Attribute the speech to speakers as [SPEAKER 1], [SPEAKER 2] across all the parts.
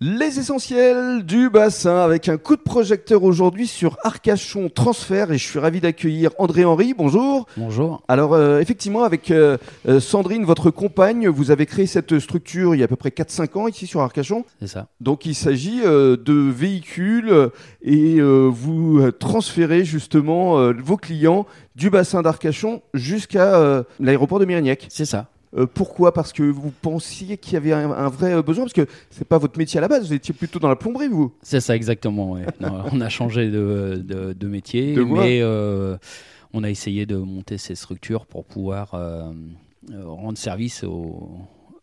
[SPEAKER 1] Les essentiels du bassin avec un coup de projecteur aujourd'hui sur Arcachon Transfert et je suis ravi d'accueillir André Henry. Bonjour.
[SPEAKER 2] Bonjour.
[SPEAKER 1] Alors euh, effectivement avec euh, euh, Sandrine, votre compagne, vous avez créé cette structure il y a à peu près 4-5 ans ici sur Arcachon.
[SPEAKER 2] C'est ça.
[SPEAKER 1] Donc il s'agit euh, de véhicules euh, et euh, vous euh, transférez justement euh, vos clients du bassin d'Arcachon jusqu'à euh, l'aéroport de Mérignac.
[SPEAKER 2] C'est ça.
[SPEAKER 1] Euh, pourquoi Parce que vous pensiez qu'il y avait un, un vrai euh, besoin Parce que c'est pas votre métier à la base, vous étiez plutôt dans la plomberie, vous.
[SPEAKER 2] C'est ça exactement. ouais. Non, on a changé de, de- de métier,
[SPEAKER 1] De voie.
[SPEAKER 2] mais euh, on a essayé de monter ces structures pour pouvoir euh, euh, rendre service au-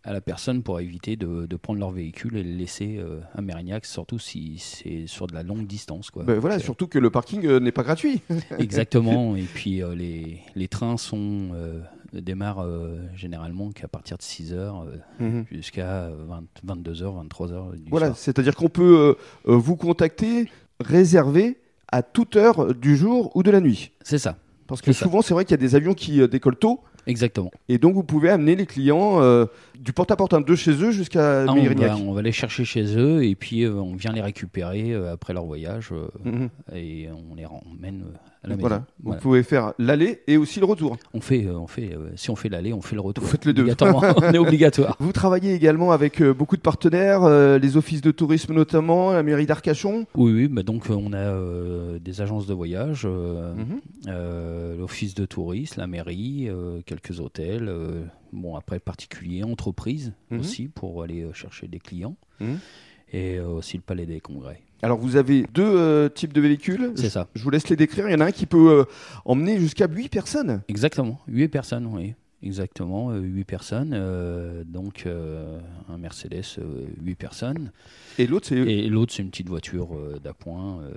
[SPEAKER 2] à la personne pour éviter de, de prendre leur véhicule et le laisser euh, à Mérignac, surtout si c'est sur de la longue distance. Quoi.
[SPEAKER 1] Ben voilà,
[SPEAKER 2] Donc, euh,
[SPEAKER 1] surtout que le parking euh, n'est pas gratuit.
[SPEAKER 2] Exactement. Et puis euh, les, les trains sont euh, démarrent euh, généralement qu'à partir de 6 heures euh, jusqu'à 20 22 heures, 23 heures du
[SPEAKER 1] Voilà,
[SPEAKER 2] soir.
[SPEAKER 1] c'est-à-dire qu'on peut euh, euh, vous contacter, réserver à toute heure du jour ou de la nuit.
[SPEAKER 2] C'est ça.
[SPEAKER 1] Parce que
[SPEAKER 2] C'est ça.
[SPEAKER 1] souvent, c'est vrai qu'il y a des avions qui euh, décollent tôt.
[SPEAKER 2] Exactement.
[SPEAKER 1] Et donc, vous pouvez amener les clients euh, du porte-à-porte hein, de chez eux jusqu'à
[SPEAKER 2] Ah, on, va,
[SPEAKER 1] Mérignac.
[SPEAKER 2] on va les chercher chez eux et puis euh, on vient les récupérer euh, après leur voyage euh,
[SPEAKER 1] Mhm.
[SPEAKER 2] et on les ramène euh, à la maison.
[SPEAKER 1] Voilà, vous
[SPEAKER 2] Voilà.
[SPEAKER 1] pouvez faire l'aller et aussi le retour.
[SPEAKER 2] On fait, euh, on fait, euh, si on fait l'aller, on fait le retour.
[SPEAKER 1] Vous faites les deux.
[SPEAKER 2] Obligatoirement. on est obligatoire.
[SPEAKER 1] Vous travaillez également avec euh, beaucoup de partenaires, euh, les offices de tourisme notamment, la mairie d'Arcachon.
[SPEAKER 2] Oui, oui. bah donc euh, on a euh, des agences de voyage, euh,
[SPEAKER 1] Mhm.
[SPEAKER 2] euh, l'office de tourisme, la mairie, euh, quelques hôtels. euh, bon après particuliers, entreprises
[SPEAKER 1] Mhm.
[SPEAKER 2] aussi pour aller euh, chercher des clients
[SPEAKER 1] Mhm.
[SPEAKER 2] et euh, aussi le palais des congrès.
[SPEAKER 1] Alors vous avez deux euh, types de véhicules.
[SPEAKER 2] C'est ça.
[SPEAKER 1] Je vous laisse les décrire. Il y en a un qui peut euh, emmener jusqu'à 8 personnes.
[SPEAKER 2] Exactement, 8 personnes, oui. Exactement, 8 personnes. euh, donc euh, un Mercedes, 8 personnes.
[SPEAKER 1] Et l'autre, c'est...
[SPEAKER 2] Et l'autre, c'est une petite voiture euh, d'appoint. euh,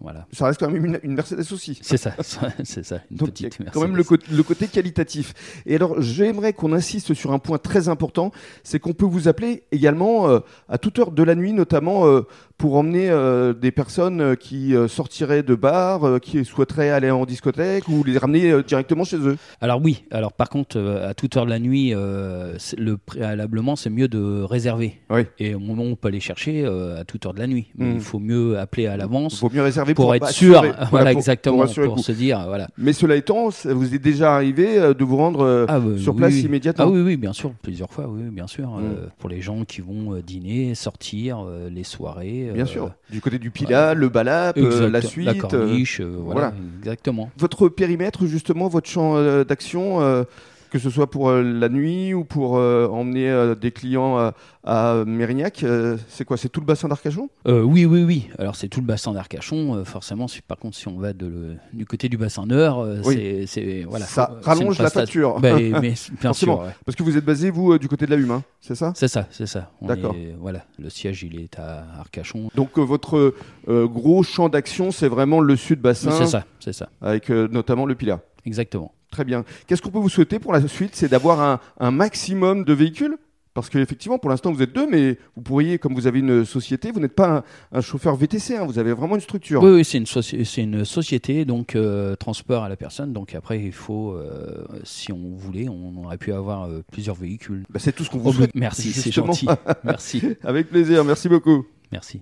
[SPEAKER 2] voilà.
[SPEAKER 1] ça reste quand même une, une Mercedes aussi.
[SPEAKER 2] C'est ça, c'est ça, une
[SPEAKER 1] Donc, il y a
[SPEAKER 2] petite Mercedes.
[SPEAKER 1] quand même le, côté- le côté qualitatif. Et alors, j'aimerais qu'on insiste sur un point très important, c'est qu'on peut vous appeler également euh, à toute heure de la nuit, notamment euh, pour emmener euh, des personnes euh, qui euh, sortiraient de bars, euh, qui souhaiteraient aller en discothèque ou les ramener euh, directement chez eux.
[SPEAKER 2] Alors oui, alors par contre, euh, à toute heure de la nuit, euh, c'est- le préalablement, c'est mieux de réserver.
[SPEAKER 1] Oui.
[SPEAKER 2] Et au moment où on peut aller chercher, euh, à toute heure de la nuit. Mais
[SPEAKER 1] Mhm.
[SPEAKER 2] il faut mieux appeler à
[SPEAKER 1] Il
[SPEAKER 2] l'avance
[SPEAKER 1] faut mieux réserver
[SPEAKER 2] pour,
[SPEAKER 1] pour
[SPEAKER 2] être
[SPEAKER 1] bah,
[SPEAKER 2] sûr.
[SPEAKER 1] assurer-
[SPEAKER 2] Voilà,
[SPEAKER 1] voilà, pour- pour
[SPEAKER 2] exactement, pour,
[SPEAKER 1] assurer le coup.
[SPEAKER 2] se dire, voilà.
[SPEAKER 1] Mais cela étant, ça vous est déjà arrivé euh, de vous rendre euh,
[SPEAKER 2] Ah, bah,
[SPEAKER 1] sur
[SPEAKER 2] oui,
[SPEAKER 1] place
[SPEAKER 2] oui.
[SPEAKER 1] immédiatement.
[SPEAKER 2] Ah oui, oui, bien sûr, plusieurs fois, oui, oui, bien sûr.
[SPEAKER 1] Mm.
[SPEAKER 2] euh, pour les gens qui vont euh, dîner, sortir, euh, les soirées.
[SPEAKER 1] Bien
[SPEAKER 2] euh,
[SPEAKER 1] sûr. Du côté du Pila, le Balap, euh,
[SPEAKER 2] exact-
[SPEAKER 1] la suite.
[SPEAKER 2] La
[SPEAKER 1] euh,
[SPEAKER 2] corniche, euh, voilà, exactement.
[SPEAKER 1] Votre périmètre, justement, votre champ euh, d'action, euh, que ce soit pour euh, la nuit ou pour euh, emmener euh, des clients euh, à Mérignac, euh, c'est quoi C'est tout le bassin d'Arcachon
[SPEAKER 2] Euh, oui, oui, oui. Alors, c'est tout le bassin d'Arcachon. euh, forcément, si- par contre, si on va de le- du côté du bassin Nord, euh,
[SPEAKER 1] Oui.
[SPEAKER 2] c'est- c'est. Voilà,
[SPEAKER 1] Ça
[SPEAKER 2] faut- c'est
[SPEAKER 1] rallonge
[SPEAKER 2] une
[SPEAKER 1] la
[SPEAKER 2] prestation.
[SPEAKER 1] facture.
[SPEAKER 2] Bah, et- mais, bien sûr,
[SPEAKER 1] Forcément.
[SPEAKER 2] ouais.
[SPEAKER 1] Parce que vous êtes basé, vous, euh, du côté de la Humain, c'est ça
[SPEAKER 2] c'est ça, c'est ça. On
[SPEAKER 1] D'accord.
[SPEAKER 2] est- Voilà, le siège, il est à Arcachon.
[SPEAKER 1] Donc euh, votre euh, gros champ d'action, c'est vraiment le
[SPEAKER 2] C'est
[SPEAKER 1] sud-bassin,
[SPEAKER 2] ça, c'est ça,
[SPEAKER 1] avec euh, notamment le Pila.
[SPEAKER 2] exactement.
[SPEAKER 1] Très bien. Qu'est-ce qu'on peut vous souhaiter pour la suite C'est d'avoir un, un maximum de véhicules parce qu'effectivement, pour l'instant, vous êtes deux, mais vous pourriez, comme vous avez une société, vous n'êtes pas un, un chauffeur VTC, hein, vous avez vraiment une structure.
[SPEAKER 2] Oui, oui, c'est une, soci- c'est une société, donc euh, transport à la personne. Donc après, il faut, euh, si on voulait, on aurait pu avoir euh, plusieurs véhicules.
[SPEAKER 1] Bah, c'est tout ce qu'on vous souhaite.
[SPEAKER 2] Merci, c'est
[SPEAKER 1] justement.
[SPEAKER 2] gentil. Merci,
[SPEAKER 1] Avec plaisir, merci beaucoup.
[SPEAKER 2] merci.